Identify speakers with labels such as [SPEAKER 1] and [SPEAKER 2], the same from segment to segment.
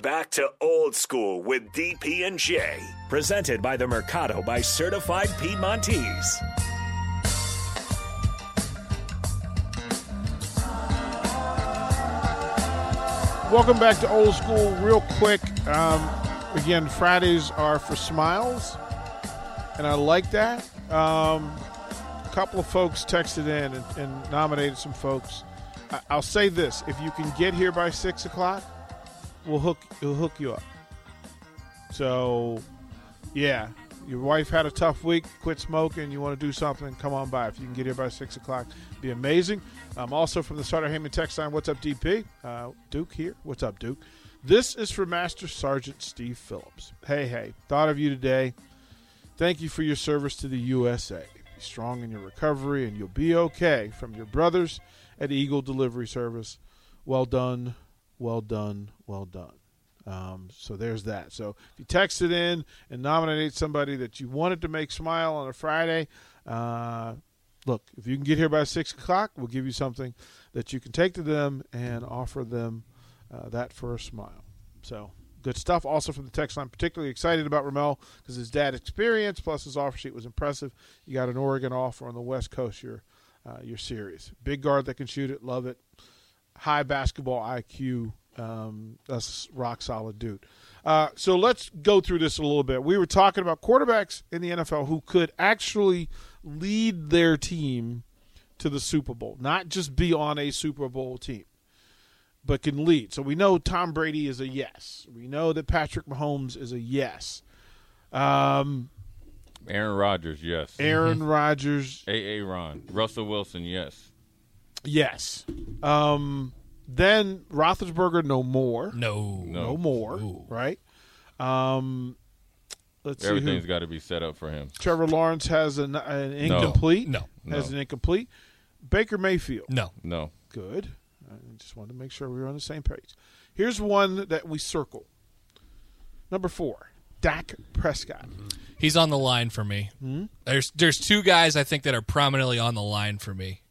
[SPEAKER 1] back to old school with DP and J. Presented by the Mercado by Certified Piedmontese.
[SPEAKER 2] Welcome back to Old School. Real quick, um, again, Fridays are for smiles, and I like that. Um, a couple of folks texted in and, and nominated some folks. I, I'll say this: if you can get here by six o'clock, we'll hook we'll hook you up. So, yeah, your wife had a tough week. Quit smoking. You want to do something? Come on by. If you can get here by six o'clock, be amazing. Um, also from the Sutter Heyman text line. What's up, DP? Uh, Duke here. What's up, Duke? This is for Master Sergeant Steve Phillips. Hey, hey, thought of you today. Thank you for your service to the USA. Be strong in your recovery, and you'll be okay. From your brothers at Eagle Delivery Service. Well done, well done, well done. Um, so there's that. So if you text it in and nominate somebody that you wanted to make smile on a Friday, uh, look, if you can get here by six o'clock, we'll give you something that you can take to them and offer them uh, that for a smile. So good stuff. Also from the text line, particularly excited about Ramel because his dad experience plus his offer sheet was impressive. You got an Oregon offer on the West Coast. You're uh, you're serious. Big guard that can shoot it. Love it. High basketball IQ. Um, that's rock solid dude. Uh, so let's go through this a little bit. We were talking about quarterbacks in the NFL who could actually lead their team to the Super Bowl, not just be on a Super Bowl team but can lead. So we know Tom Brady is a yes. We know that Patrick Mahomes is a yes. Um,
[SPEAKER 3] Aaron Rodgers, yes.
[SPEAKER 2] Aaron Rodgers,
[SPEAKER 3] A.A. Ron. Russell Wilson, yes.
[SPEAKER 2] yes. Um, then Roethlisberger, no more,
[SPEAKER 4] No.
[SPEAKER 3] No.
[SPEAKER 2] no more,
[SPEAKER 4] Ooh.
[SPEAKER 2] right? Um, let's see
[SPEAKER 3] Everything's
[SPEAKER 2] who.
[SPEAKER 3] got to be set up for him.
[SPEAKER 2] Trevor Lawrence has an, an incomplete.
[SPEAKER 4] No.
[SPEAKER 2] has
[SPEAKER 3] No.
[SPEAKER 2] an incomplete. Baker Mayfield,
[SPEAKER 4] No.
[SPEAKER 3] No.
[SPEAKER 2] good. I just wanted to make sure we were on the same page. Here's one that we circle. Number four, Dak Prescott.
[SPEAKER 4] Mm-hmm. He's on the line for me.
[SPEAKER 2] Hmm?
[SPEAKER 4] There's there's two guys I think that are prominently on the line for me.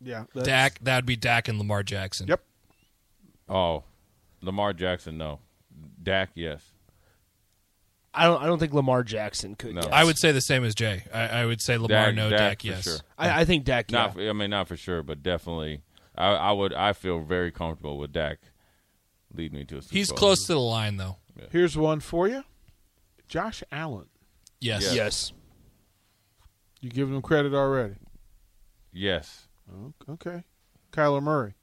[SPEAKER 2] Yeah, that's-
[SPEAKER 4] Dak, that would be Dak and Lamar Jackson.
[SPEAKER 2] Yep.
[SPEAKER 3] Oh, Lamar Jackson, no. Dak, yes.
[SPEAKER 5] I don't. I don't think Lamar Jackson could.
[SPEAKER 3] No.
[SPEAKER 5] yes.
[SPEAKER 4] I would say the same as Jay. I, I would say Lamar,
[SPEAKER 3] Dak,
[SPEAKER 4] no.
[SPEAKER 3] Dak
[SPEAKER 4] Dak,
[SPEAKER 3] for
[SPEAKER 4] yes.
[SPEAKER 3] sure.
[SPEAKER 5] I, I think Dak.
[SPEAKER 3] Not.
[SPEAKER 5] yeah.
[SPEAKER 3] I mean, not for sure, but definitely. I, I would. I feel very comfortable with Dak leading me to a Super
[SPEAKER 4] He's
[SPEAKER 3] Bowl.
[SPEAKER 4] close to the line though.
[SPEAKER 2] Here's one for you. Josh Allen.
[SPEAKER 4] Yes.
[SPEAKER 3] Yes.
[SPEAKER 5] Yes.
[SPEAKER 2] You giving him credit already.
[SPEAKER 3] Yes.
[SPEAKER 2] Oh, Okay. Kyler Murray.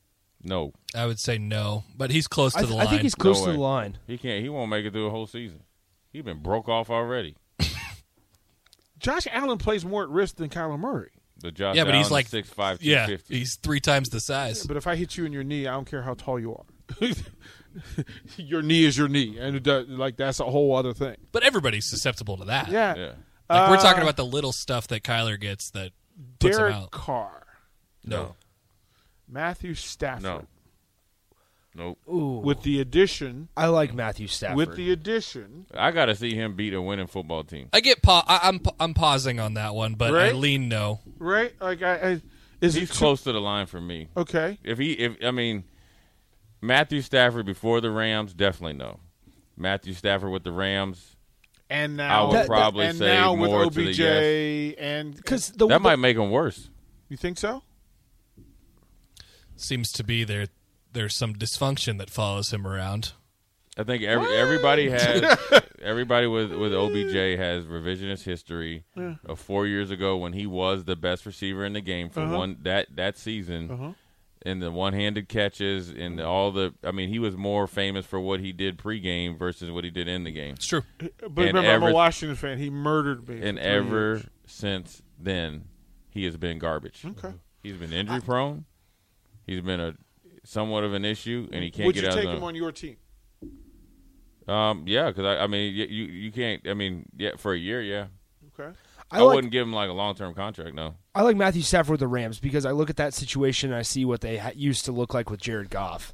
[SPEAKER 3] No.
[SPEAKER 4] I would say no, but he's close to
[SPEAKER 5] I,
[SPEAKER 4] the
[SPEAKER 5] th-
[SPEAKER 4] line.
[SPEAKER 5] I think he's close
[SPEAKER 3] No
[SPEAKER 5] to
[SPEAKER 3] way.
[SPEAKER 5] the line.
[SPEAKER 3] He can't. He won't make it through a whole season. He's been broke off already.
[SPEAKER 2] Josh Allen plays more at risk than Kyler Murray.
[SPEAKER 3] The Josh
[SPEAKER 4] Yeah, but he's like-
[SPEAKER 3] six five two
[SPEAKER 4] yeah,
[SPEAKER 3] fifty.
[SPEAKER 4] he's three times the size.
[SPEAKER 2] But if I hit you in your knee, I don't care how tall you are. your knee is your knee, and it does, like that's a whole other thing.
[SPEAKER 4] But everybody's susceptible to that.
[SPEAKER 2] Yeah.
[SPEAKER 3] Yeah.
[SPEAKER 4] Like we're talking
[SPEAKER 2] Uh,
[SPEAKER 4] about the little stuff that Kyler gets that puts him
[SPEAKER 2] Derek
[SPEAKER 4] out.
[SPEAKER 2] Carr,
[SPEAKER 4] No.
[SPEAKER 2] Matthew Stafford,
[SPEAKER 3] No. Nope.
[SPEAKER 5] Ooh.
[SPEAKER 2] with the addition,
[SPEAKER 5] I like Matthew Stafford.
[SPEAKER 2] with the addition,
[SPEAKER 3] I got to see him beat a winning football team.
[SPEAKER 4] I get pa- I, I'm I'm pausing on that one, but
[SPEAKER 2] Right?
[SPEAKER 4] I lean no.
[SPEAKER 2] right? Like I, I is
[SPEAKER 3] He's
[SPEAKER 2] it too-
[SPEAKER 3] close to the line for me.
[SPEAKER 2] Okay,
[SPEAKER 3] If he, if I mean, Matthew Stafford before the Rams, definitely no. Matthew Stafford with the Rams,
[SPEAKER 2] and now
[SPEAKER 3] I would
[SPEAKER 5] That- that-
[SPEAKER 3] probably
[SPEAKER 2] and
[SPEAKER 3] say
[SPEAKER 2] now with
[SPEAKER 3] more
[SPEAKER 2] OBJ
[SPEAKER 3] to the yes.
[SPEAKER 2] and
[SPEAKER 5] because the
[SPEAKER 3] That might make him worse.
[SPEAKER 2] you think so?
[SPEAKER 4] Seems to be there. There's some dysfunction that follows him around.
[SPEAKER 3] I think every, everybody has everybody with with OBJ has revisionist history of four years ago when he was the best receiver in the game for one that that season, and the one handed catches and all the. I mean, he was more famous for what he did pregame versus what he did in the game.
[SPEAKER 4] It's true.
[SPEAKER 2] But
[SPEAKER 3] And
[SPEAKER 2] remember, I'm
[SPEAKER 3] ever-
[SPEAKER 2] a Washington fan. He murdered me. for
[SPEAKER 3] And
[SPEAKER 2] three
[SPEAKER 3] ever
[SPEAKER 2] years.
[SPEAKER 3] since then, he has been garbage.
[SPEAKER 2] Okay.
[SPEAKER 3] He's been injury prone. He's been a somewhat of an issue, and he can't
[SPEAKER 2] would
[SPEAKER 3] get
[SPEAKER 2] you
[SPEAKER 3] out
[SPEAKER 2] take
[SPEAKER 3] of
[SPEAKER 2] him
[SPEAKER 3] the.
[SPEAKER 2] on your team?
[SPEAKER 3] Um, yeah, because I, I mean, y- you you can't. I mean, yeah, for a year, yeah.
[SPEAKER 2] Okay.
[SPEAKER 3] I,
[SPEAKER 5] I, like,
[SPEAKER 3] wouldn't give him like a long term contract. No,
[SPEAKER 5] I like Matthew Stafford with the Rams because I look at that situation and I see what they ha- used to look like with Jared Goff,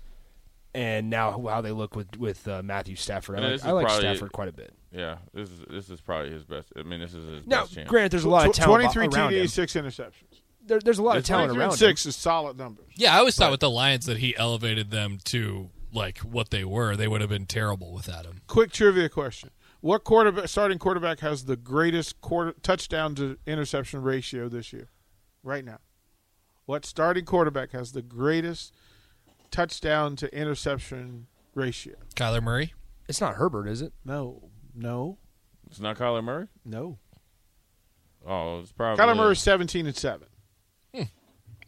[SPEAKER 5] and now how they look with with uh, Matthew Stafford. I
[SPEAKER 3] And
[SPEAKER 5] like,
[SPEAKER 3] this is
[SPEAKER 5] I like
[SPEAKER 3] probably-
[SPEAKER 5] Stafford quite a bit.
[SPEAKER 3] yeah, this is this is probably his best. I mean, this is his
[SPEAKER 5] Now,
[SPEAKER 3] best chance.
[SPEAKER 5] granted, there's a lot of
[SPEAKER 2] Tw-
[SPEAKER 5] talent
[SPEAKER 2] 23
[SPEAKER 5] around
[SPEAKER 2] TDs,
[SPEAKER 5] him.
[SPEAKER 2] six interceptions.
[SPEAKER 5] There, there's a lot of talent
[SPEAKER 2] 23
[SPEAKER 5] around
[SPEAKER 2] and six is solid numbers.
[SPEAKER 4] Yeah, I always thought with the Lions that he elevated them to like what they were, they would have been terrible without him.
[SPEAKER 2] Quick trivia question: What quarterback, starting quarterback, has the greatest quarter, touchdown to interception ratio this year, right now? What starting quarterback has the greatest touchdown to interception ratio?
[SPEAKER 4] Kyler Murray.
[SPEAKER 5] It's not Herbert, is it?
[SPEAKER 2] No, no,
[SPEAKER 3] It's not Kyler Murray.
[SPEAKER 2] no.
[SPEAKER 3] Oh, it's probably
[SPEAKER 2] Kyler Murray seventeen and seven.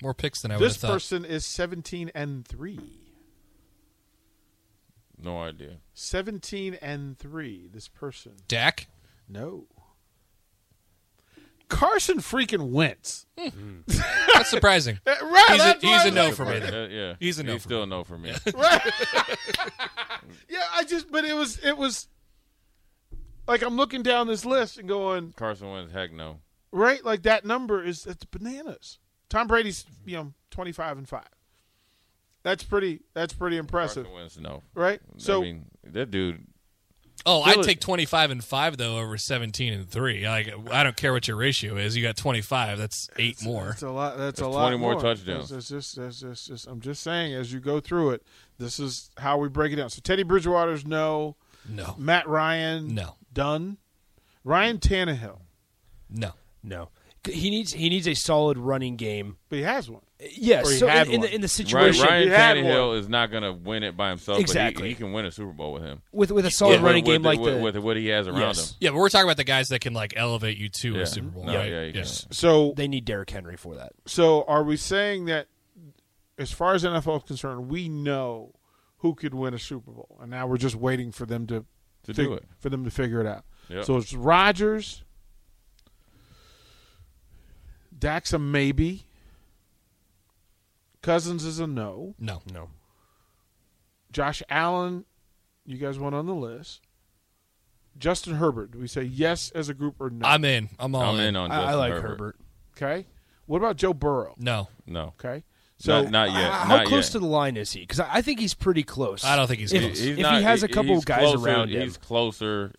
[SPEAKER 4] More picks than I would
[SPEAKER 2] this
[SPEAKER 4] have thought.
[SPEAKER 2] person is seventeen and three.
[SPEAKER 3] No idea.
[SPEAKER 2] 17 and 3 this person
[SPEAKER 4] Dak.
[SPEAKER 2] no carson freaking wentz
[SPEAKER 4] That's surprising.
[SPEAKER 2] Uh, right
[SPEAKER 4] He's a,
[SPEAKER 2] that's
[SPEAKER 4] he's a
[SPEAKER 2] right.
[SPEAKER 4] no for me. Then.
[SPEAKER 3] Uh, yeah,
[SPEAKER 4] He's a no for
[SPEAKER 3] still a no for me.
[SPEAKER 2] yeah i just but it was it was like i'm looking down this list and going
[SPEAKER 3] Carson Wentz, heck no.
[SPEAKER 2] right like that number is that's bananas tom brady's you know 25 and 5 that's pretty that's pretty impressive
[SPEAKER 3] Carson Wentz, no.
[SPEAKER 2] right so
[SPEAKER 3] I mean, that dude.
[SPEAKER 4] Oh, I'd take twenty five and five though over seventeen and three. Like I don't care what your ratio is. You got twenty five. That's eight more.
[SPEAKER 2] That's a lot. That's, a
[SPEAKER 3] That's
[SPEAKER 2] lot.
[SPEAKER 3] 20 more touchdowns.
[SPEAKER 2] That's, that's just, that's, that's just, I'm just saying, as you go through it, this is how we break it down. So Teddy Bridgewater's no.
[SPEAKER 4] No,
[SPEAKER 2] Matt Ryan.
[SPEAKER 4] No.
[SPEAKER 2] Dunn. Ryan Tannehill.
[SPEAKER 4] no.
[SPEAKER 5] No. He needs he needs a solid running game.
[SPEAKER 2] But he has one. Or he
[SPEAKER 5] Yes. So
[SPEAKER 2] had
[SPEAKER 5] in, in
[SPEAKER 2] one.
[SPEAKER 5] the in the
[SPEAKER 3] Ryan,
[SPEAKER 5] situation
[SPEAKER 3] Ryan
[SPEAKER 2] He had one.
[SPEAKER 3] Tannehill is not going to win it by himself. But
[SPEAKER 5] Exactly.
[SPEAKER 3] he, he can win a Super Bowl with him.
[SPEAKER 5] with with a solid
[SPEAKER 3] With-
[SPEAKER 5] running
[SPEAKER 3] with,
[SPEAKER 5] game like
[SPEAKER 3] with,
[SPEAKER 5] the
[SPEAKER 3] with what he has around
[SPEAKER 5] Yes.
[SPEAKER 3] him.
[SPEAKER 4] Yeah, but we're talking about the guys that can like elevate you to
[SPEAKER 3] Yeah.
[SPEAKER 4] a Super Bowl,
[SPEAKER 3] No,
[SPEAKER 4] right?
[SPEAKER 3] yeah, you
[SPEAKER 4] yes.
[SPEAKER 2] So
[SPEAKER 5] they need Derrick Henry for that.
[SPEAKER 2] so are we saying that, as far as NFL is concerned, we know who could win a Super Bowl, and now we're just waiting for them to
[SPEAKER 3] To
[SPEAKER 2] fig-
[SPEAKER 3] do it.
[SPEAKER 2] for them to figure it out.
[SPEAKER 3] Yep.
[SPEAKER 2] So it's Rodgers. Dax a maybe. Cousins is a no.
[SPEAKER 4] No.
[SPEAKER 5] No.
[SPEAKER 2] Josh Allen, you guys want on the list. Justin Herbert, do we say yes as a group or no?
[SPEAKER 4] I'm in. I'm all
[SPEAKER 3] I'm in on Justin
[SPEAKER 5] I, I like
[SPEAKER 3] Herbert.
[SPEAKER 5] Herbert.
[SPEAKER 2] okay. What about Joe Burrow?
[SPEAKER 4] No,
[SPEAKER 3] No,
[SPEAKER 2] Okay. So
[SPEAKER 3] so not, not yet.
[SPEAKER 5] Uh, how
[SPEAKER 3] not
[SPEAKER 5] close
[SPEAKER 3] yet.
[SPEAKER 5] to the line is he? Because I, I think he's pretty close.
[SPEAKER 4] I don't think he's
[SPEAKER 5] If-
[SPEAKER 4] close.
[SPEAKER 5] if he has a couple
[SPEAKER 3] he's
[SPEAKER 5] guys
[SPEAKER 3] closer-
[SPEAKER 5] around him.
[SPEAKER 3] he's closer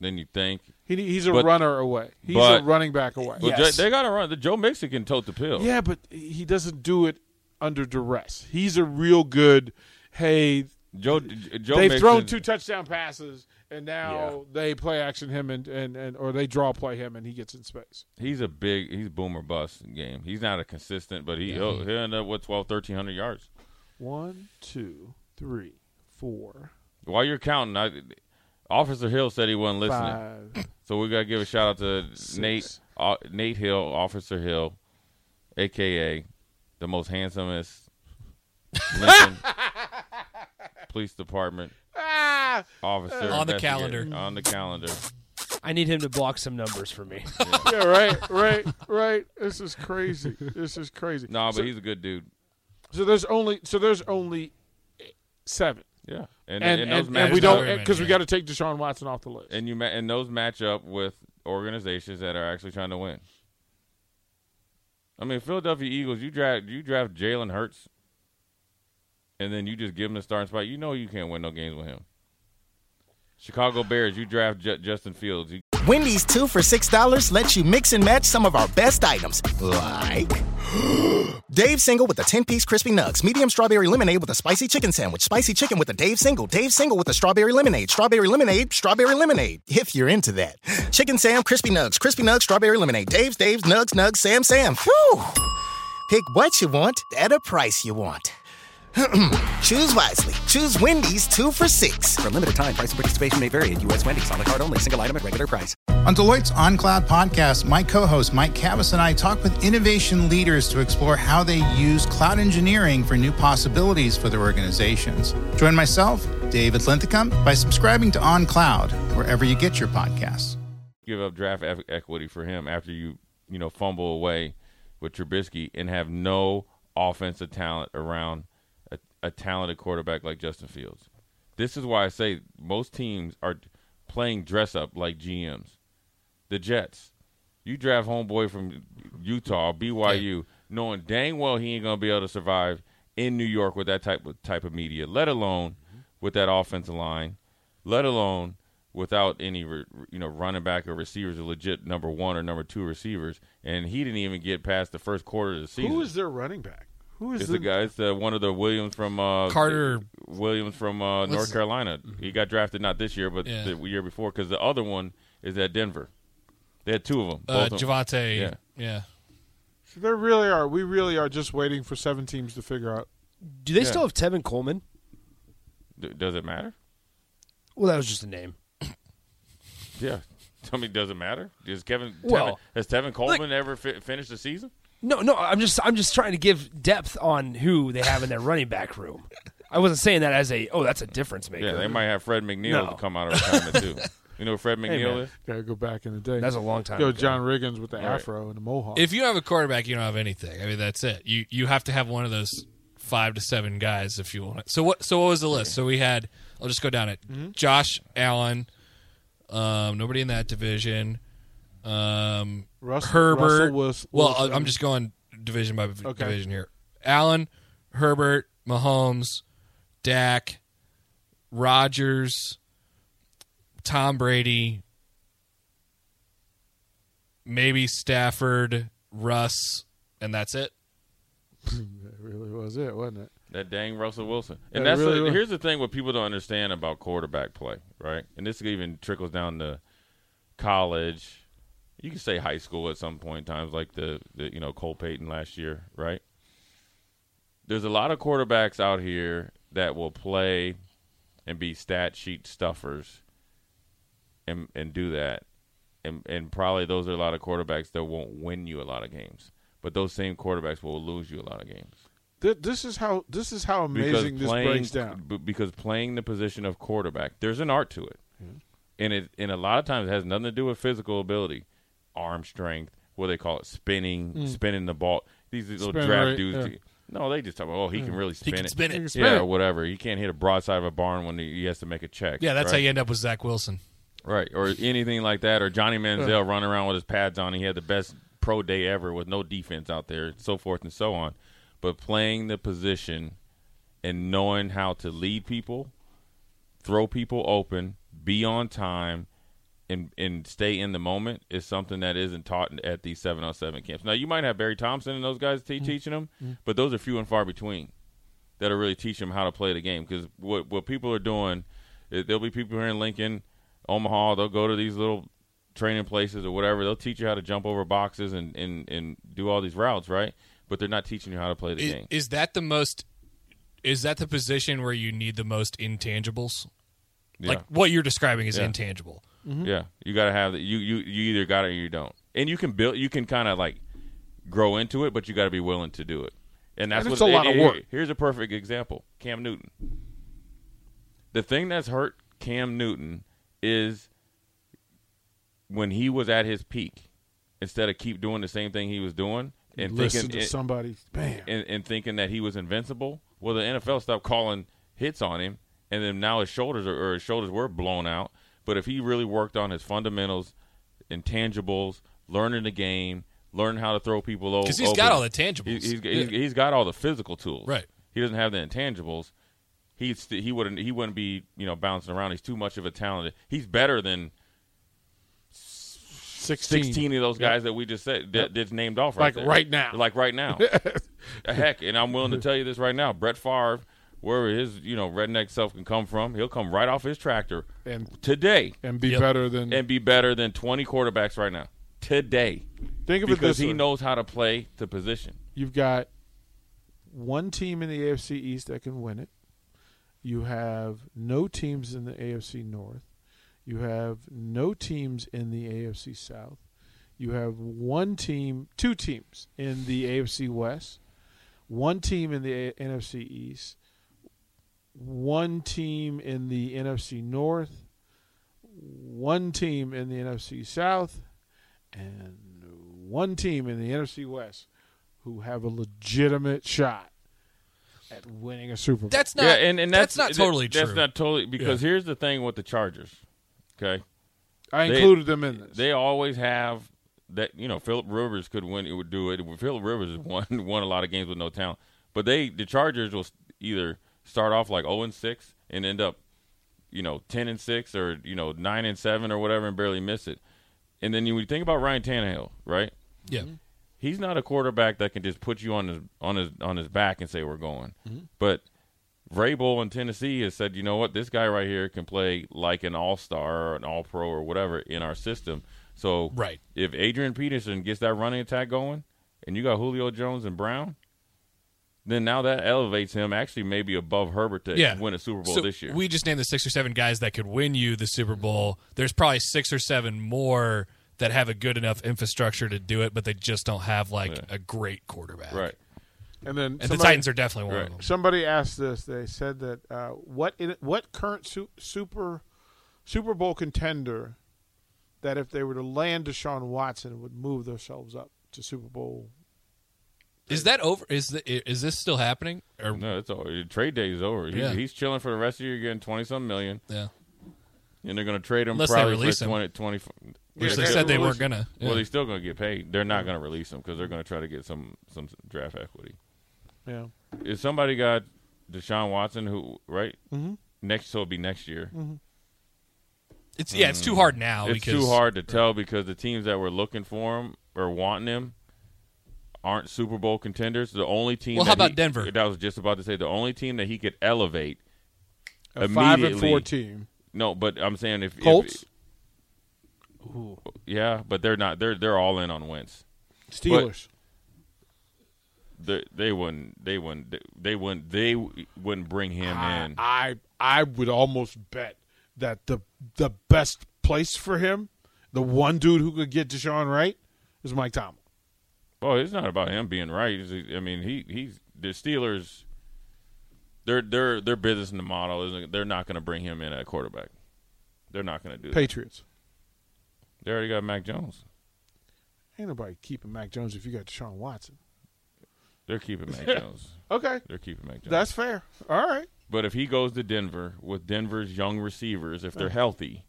[SPEAKER 3] than you think.
[SPEAKER 2] he, he's a
[SPEAKER 3] But-
[SPEAKER 2] runner away. He's
[SPEAKER 3] but-
[SPEAKER 2] a running back away.
[SPEAKER 3] But
[SPEAKER 5] Yes.
[SPEAKER 3] Joe- they got to run. The Joe Mixon can tote the pill.
[SPEAKER 2] Yeah, but he doesn't do it under duress. He's a real good. Hey,
[SPEAKER 3] Joe. Joe
[SPEAKER 2] they've
[SPEAKER 3] Mixon,
[SPEAKER 2] thrown two touchdown passes, and now they play action him and, and, and or they draw play him, and he gets in space.
[SPEAKER 3] He's a big. He's boomer bust game. He's not a consistent, but he he'll, he'll end up with 12, 1300 yards.
[SPEAKER 2] One, two, three, four,
[SPEAKER 3] While you're counting, I, Officer Hill said he wasn't listening.
[SPEAKER 2] five.
[SPEAKER 3] So we gotta give a shout out to Nate uh, Nate Hill, Officer Hill, aka the most handsomest Lincoln Police Department
[SPEAKER 2] Ah,
[SPEAKER 3] officer
[SPEAKER 4] On the
[SPEAKER 3] investigator.
[SPEAKER 4] calendar.
[SPEAKER 3] On the calendar.
[SPEAKER 5] I need him to block some numbers for me.
[SPEAKER 2] yeah, right, right, right. This is crazy. This is crazy.
[SPEAKER 3] No, but
[SPEAKER 2] so,
[SPEAKER 3] he's a good dude.
[SPEAKER 2] so there's only so there's only seven,
[SPEAKER 3] Yeah,
[SPEAKER 2] and
[SPEAKER 3] and and,
[SPEAKER 2] and,
[SPEAKER 3] those
[SPEAKER 2] and,
[SPEAKER 3] match-
[SPEAKER 2] we
[SPEAKER 4] Not
[SPEAKER 2] don't
[SPEAKER 4] very
[SPEAKER 2] because we
[SPEAKER 4] many,
[SPEAKER 2] got to take Deshaun Watson off the list.
[SPEAKER 3] and you ma- and those match up with organizations that are actually trying to win. I mean, Philadelphia Eagles. You draft you draft Jalen Hurts, and then you just give him the starting spot. You know you can't win no games with him. Chicago Bears. You draft Ju- Justin Fields. You-
[SPEAKER 6] Wendy's two for $6 lets you mix and match some of our best items, like Dave Single with a 10 piece crispy nugs, medium strawberry lemonade with a spicy chicken sandwich, spicy chicken with a Dave Single, Dave Single with a strawberry lemonade, strawberry lemonade, strawberry lemonade, if you're into that. Chicken Sam, crispy nugs, crispy nugs, strawberry lemonade, Dave's, Dave's, nugs, nugs, Sam, Sam. Whew! Pick what you want at a price you want. Choose wisely. Choose Wendy's two for six. For limited time, price and participation may vary at U.S. Wendy's on the card only, single item at regular price.
[SPEAKER 7] On Deloitte's OnCloud podcast, my co host Mike Cavas and I talk with innovation leaders to explore how they use cloud engineering for new possibilities for their organizations. Join myself, David Linthicum, by subscribing to OnCloud, wherever you get your podcasts.
[SPEAKER 3] give up draft e- equity for him after you you know fumble away with Trubisky and have no offensive talent around a, a talented quarterback like Justin Fields. This is why I say most teams are playing dress up like GMs. The Jets, you draft homeboy from Utah, BYU, knowing dang well he ain't gonna be able to survive in New York with that type of type of media, let alone with that offensive line, let alone without any re, you know running back or receivers or legit number one or number two receivers, and he didn't even get past the first quarter of the season.
[SPEAKER 2] Who is their running back? Who is
[SPEAKER 3] It's the
[SPEAKER 2] the
[SPEAKER 3] guy. It's the, one of the Williams from uh,
[SPEAKER 4] Carter- Mm-hmm.
[SPEAKER 3] Williams from uh, North Carolina. He got drafted not this year, but
[SPEAKER 4] Yeah.
[SPEAKER 3] the year before. Because the other one is at Denver. They had two of them.
[SPEAKER 4] Uh,
[SPEAKER 3] both of 'em.
[SPEAKER 4] Javante.
[SPEAKER 3] Yeah.
[SPEAKER 4] yeah.
[SPEAKER 2] So there really are. We really are just waiting for seven teams to figure out.
[SPEAKER 5] Do they
[SPEAKER 3] Yeah.
[SPEAKER 5] still have Tevin Coleman?
[SPEAKER 3] D- does it matter?
[SPEAKER 5] Well, that was just a name.
[SPEAKER 3] Yeah. Tell me, does it matter? Does Kevin? Tevin,
[SPEAKER 5] Well,
[SPEAKER 3] has Tevin Coleman ever fi- finished the season?
[SPEAKER 5] No, no, I'm just I'm just trying to give depth on who they have in their running back room. I wasn't saying that as a oh that's a difference maker.
[SPEAKER 3] Yeah, they might have Fred McNeil
[SPEAKER 5] No.
[SPEAKER 3] to come out of retirement too. You know who Fred McNeil
[SPEAKER 5] man.
[SPEAKER 3] is?
[SPEAKER 2] Gotta go back in the day.
[SPEAKER 5] That's a long time.
[SPEAKER 2] Yo,
[SPEAKER 5] ago.
[SPEAKER 2] John Riggins with the
[SPEAKER 3] right.
[SPEAKER 2] afro and the mohawk.
[SPEAKER 4] If you have a quarterback, you don't have anything. I mean, that's it. You you have to have one of those five to seven guys if you want it. So what? So what was the list? So we had. I'll just go down it.
[SPEAKER 3] Mm-hmm.
[SPEAKER 4] Josh Allen. Um, nobody in that division. Um,
[SPEAKER 2] Russ-
[SPEAKER 4] Herbert.
[SPEAKER 2] Russell Wils-
[SPEAKER 4] well,
[SPEAKER 2] Wilson.
[SPEAKER 4] I- I'm just going division by v-
[SPEAKER 2] Okay.
[SPEAKER 4] division here. Allen, Herbert, Mahomes, Dak, Rogers, Tom Brady, maybe Stafford, Russ, and that's it.
[SPEAKER 2] that really was it, wasn't it?
[SPEAKER 3] That dang Russell Wilson. And
[SPEAKER 2] Yeah,
[SPEAKER 3] that's
[SPEAKER 2] really
[SPEAKER 3] the-
[SPEAKER 2] was.
[SPEAKER 3] here's the thing what people don't understand about quarterback play, right? And this even trickles down to college. You can say high school at some point in times, like the, the you know Cole Payton last year, right? There's a lot of quarterbacks out here that will play and be stat sheet stuffers, and and do that, and and probably those are a lot of quarterbacks that won't win you a lot of games, but those same quarterbacks will lose you a lot of games
[SPEAKER 2] Th- this is how this is how amazing this breaks down.
[SPEAKER 3] b- because playing the position of quarterback, there's an art to it, and it and a lot of times it has nothing to do with physical ability, arm strength, what they call it, spinning, spinning the ball. These little
[SPEAKER 2] Spin
[SPEAKER 3] draft
[SPEAKER 2] rate,
[SPEAKER 3] dudes.
[SPEAKER 2] yeah.
[SPEAKER 3] No, they just talk about, oh, he can really spin
[SPEAKER 4] can
[SPEAKER 3] it.
[SPEAKER 4] spin it. He can
[SPEAKER 2] spin
[SPEAKER 3] yeah,
[SPEAKER 2] it.
[SPEAKER 3] or whatever. He can't hit a broadside of a barn when he he has to make a check.
[SPEAKER 4] Yeah, that's
[SPEAKER 3] right?
[SPEAKER 4] how you end up with Zach Wilson.
[SPEAKER 3] Right, or anything like that, or Johnny Manziel running around with his pads on. He had the best pro day ever with no defense out there, so forth and so on. But playing the position and knowing how to lead people, throw people open, be on time, and and stay in the moment is something that isn't taught at these seven on seven camps. Now you might have Barry Thompson and those guys te- teaching them, but those are few and far between that are really teaching them how to play the game. Because what what people are doing, eh, there'll be people here in Lincoln, Omaha. They'll go to these little training places or whatever. They'll teach you how to jump over boxes and and and do all these routes, right? But they're not teaching you how to play the
[SPEAKER 4] I-
[SPEAKER 3] game.
[SPEAKER 4] Is that the most? Is that the position where you need the most intangibles? Like what you're describing is
[SPEAKER 3] Yeah.
[SPEAKER 4] intangible.
[SPEAKER 2] Mm-hmm.
[SPEAKER 3] Yeah, you got to have the, you you you either got it or you don't, and you can build. You can kind of like grow into it, but you got to be willing to do it. And that's
[SPEAKER 2] And it's
[SPEAKER 3] what,
[SPEAKER 2] a lot
[SPEAKER 3] and-
[SPEAKER 2] of
[SPEAKER 3] and
[SPEAKER 2] work.
[SPEAKER 3] Here's a perfect example: Cam Newton. The thing that's hurt Cam Newton is when he was at his peak. Instead of keep doing the same thing he was doing and
[SPEAKER 2] Listen
[SPEAKER 3] thinking
[SPEAKER 2] to
[SPEAKER 3] it-
[SPEAKER 2] somebody, bam.
[SPEAKER 3] and, and thinking that he was invincible. Well, the NFL stopped calling hits on him, and then now his shoulders are, or his shoulders were blown out. But if he really worked on his fundamentals, intangibles, learning the game, learning how to throw people over,
[SPEAKER 4] Because he's got all the tangibles.
[SPEAKER 3] He, he's, he's, he's got all the physical tools.
[SPEAKER 4] Right.
[SPEAKER 3] He doesn't have the intangibles. He'd st- he wouldn't he wouldn't be you know bouncing around. He's too much of a talented. He's better than
[SPEAKER 2] 16.
[SPEAKER 3] 16 of those guys that we just said that, that's named off right
[SPEAKER 2] Like
[SPEAKER 3] there.
[SPEAKER 2] right now.
[SPEAKER 3] like right now heck and i'm willing to tell you this right now brett Favre, where his you know redneck self can come from he'll come right off his tractor
[SPEAKER 2] And-
[SPEAKER 3] today
[SPEAKER 2] and be
[SPEAKER 4] Yep.
[SPEAKER 2] better than.
[SPEAKER 3] and be better than 20 quarterbacks right now today
[SPEAKER 2] think of it this
[SPEAKER 3] because he
[SPEAKER 2] way.
[SPEAKER 3] knows how to play the position
[SPEAKER 2] You've got one team in the AFC East that can win it. You have no teams in the AFC North. You have no teams in the AFC South. You have one team, two teams in the AFC West, one team in the A- NFC East, one team in the NFC North, one team in the NFC South, and one team in the NFC West who have a legitimate shot at winning a Super Bowl.
[SPEAKER 4] That's not.
[SPEAKER 3] yeah and, and
[SPEAKER 4] that's,
[SPEAKER 3] that's,
[SPEAKER 4] not totally
[SPEAKER 3] that- that's
[SPEAKER 4] true.
[SPEAKER 3] not totally because here's the thing with the chargers okay
[SPEAKER 2] I
[SPEAKER 3] they-
[SPEAKER 2] included them in this.
[SPEAKER 3] they always have that you know Philip Rivers could win it would do it. Philip Rivers won won a lot of games with no talent, but they the Chargers will either start off like zero and six and end up you know ten and six or you know nine and seven or whatever and barely miss it. And then you, when you think about Ryan Tannehill, right?
[SPEAKER 4] yeah.
[SPEAKER 3] he's not a quarterback that can just put you on his on his on his back and say we're going.
[SPEAKER 4] Mm-hmm.
[SPEAKER 3] But Vrabel in Tennessee has said, you know what, this guy right here can play like an all star or an all pro or whatever in our system. So
[SPEAKER 4] Right.
[SPEAKER 3] if Adrian Peterson gets that running attack going, and you got Julio Jones and Brown. Then now that elevates him actually maybe above Herbert to
[SPEAKER 4] Yeah.
[SPEAKER 3] win a Super Bowl
[SPEAKER 4] So
[SPEAKER 3] this year.
[SPEAKER 4] We just named the six or seven guys that could win you the Super Bowl. There's probably six or seven more that have a good enough infrastructure to do it, but they just don't have like a great quarterback.
[SPEAKER 3] right.
[SPEAKER 2] And then
[SPEAKER 4] And the Titans are definitely one
[SPEAKER 3] Right.
[SPEAKER 4] of them.
[SPEAKER 2] Somebody asked this. They said that uh, what in, what current su- super Super Bowl contender that if they were to land Deshaun Watson would move themselves up to Super Bowl.
[SPEAKER 4] Is that over? Is the, is this still happening? Or
[SPEAKER 3] No, it's all trade day is over. He's,
[SPEAKER 4] Yeah.
[SPEAKER 3] he's chilling for the rest of the year, getting twenty some million,
[SPEAKER 4] yeah,
[SPEAKER 3] and they're going to trade him
[SPEAKER 4] Unless they
[SPEAKER 3] probably
[SPEAKER 4] release
[SPEAKER 3] for 20,
[SPEAKER 4] him.
[SPEAKER 3] 20
[SPEAKER 4] which
[SPEAKER 2] Yeah,
[SPEAKER 4] they
[SPEAKER 2] they-
[SPEAKER 4] said they
[SPEAKER 2] well,
[SPEAKER 4] weren't gonna.
[SPEAKER 3] Well,
[SPEAKER 4] Yeah.
[SPEAKER 3] they're still going to get paid. They're not going to release him because they're going to try to get some some draft equity.
[SPEAKER 2] Yeah.
[SPEAKER 3] If somebody got Deshaun Watson, who right next, so it'll be next year.
[SPEAKER 4] it's yeah, it's too hard now.
[SPEAKER 3] Mm. It's
[SPEAKER 4] Oh, because
[SPEAKER 3] too hard to tell because the teams that were looking for him or wanting him aren't Super Bowl contenders. The only team.
[SPEAKER 4] Well, how
[SPEAKER 3] that he-
[SPEAKER 4] about Denver?
[SPEAKER 3] That I was just about to say the only team that he could elevate.
[SPEAKER 2] A five and
[SPEAKER 3] Immediately.
[SPEAKER 2] four team.
[SPEAKER 3] No, but I'm saying if if-
[SPEAKER 2] Colts,
[SPEAKER 3] yeah, but they're not. They're they're all in on Wentz.
[SPEAKER 2] Steelers.
[SPEAKER 3] They, they wouldn't. They wouldn't. They wouldn't. They wouldn't bring him in.
[SPEAKER 2] I I would almost bet that the the best place for him, the one dude who could get Deshaun right, is Mike Tomlin.
[SPEAKER 3] Well, Oh, it's not about him being right. It's- I mean, he he's the Steelers. Their their their business in the model isn't. They're not going to bring him in at quarterback. They're not going to do. that.
[SPEAKER 2] Patriots.
[SPEAKER 3] They already got Mac Jones.
[SPEAKER 2] Ain't nobody keeping Mac Jones if you got Deshaun Watson.
[SPEAKER 3] They're keeping Mac Jones.
[SPEAKER 2] Okay,
[SPEAKER 3] They're keeping Mac Jones.
[SPEAKER 2] that's fair. All right.
[SPEAKER 3] But if he goes to Denver with Denver's young receivers, if they're healthy,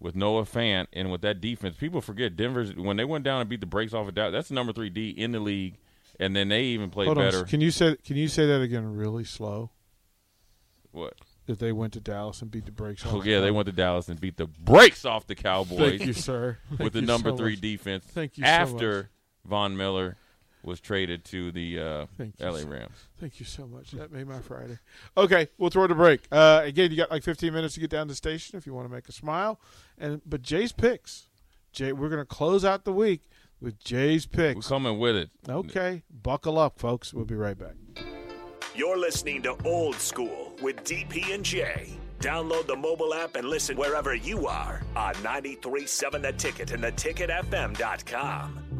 [SPEAKER 3] with Noah Fant and with that defense, people forget Denver's when they went down and beat the brakes off of Dallas. That's the number three D in the league, and then they even played
[SPEAKER 2] Hold
[SPEAKER 3] better.
[SPEAKER 2] on. Can you say can you say that again really slow?
[SPEAKER 3] what?
[SPEAKER 2] That they went to Dallas and beat the brakes. off
[SPEAKER 3] Oh
[SPEAKER 2] the
[SPEAKER 3] yeah, they
[SPEAKER 2] Cowboys.
[SPEAKER 3] went to Dallas and beat the brakes off the Cowboys
[SPEAKER 2] Thank you, sir. Thank
[SPEAKER 3] with the
[SPEAKER 2] you
[SPEAKER 3] number
[SPEAKER 2] so
[SPEAKER 3] three
[SPEAKER 2] much.
[SPEAKER 3] defense.
[SPEAKER 2] Thank you so
[SPEAKER 3] After
[SPEAKER 2] much.
[SPEAKER 3] Von Miller was traded to the uh,
[SPEAKER 2] Thank you
[SPEAKER 3] LA
[SPEAKER 2] so-
[SPEAKER 3] Rams.
[SPEAKER 2] Thank you so much. That made my Friday. Okay, we'll throw it a break. Uh, again, you got like 15 minutes to get down to the station if you want to make a smile. And but Jay's picks. Jay, we're gonna close out the week with Jay's
[SPEAKER 3] We're
[SPEAKER 2] picks.
[SPEAKER 3] coming with it.
[SPEAKER 2] Okay, buckle up, folks. We'll be right back.
[SPEAKER 1] You're listening to Old School with DP and J. Download the mobile app and listen wherever you are on 937 The Ticket and theticketfm.com.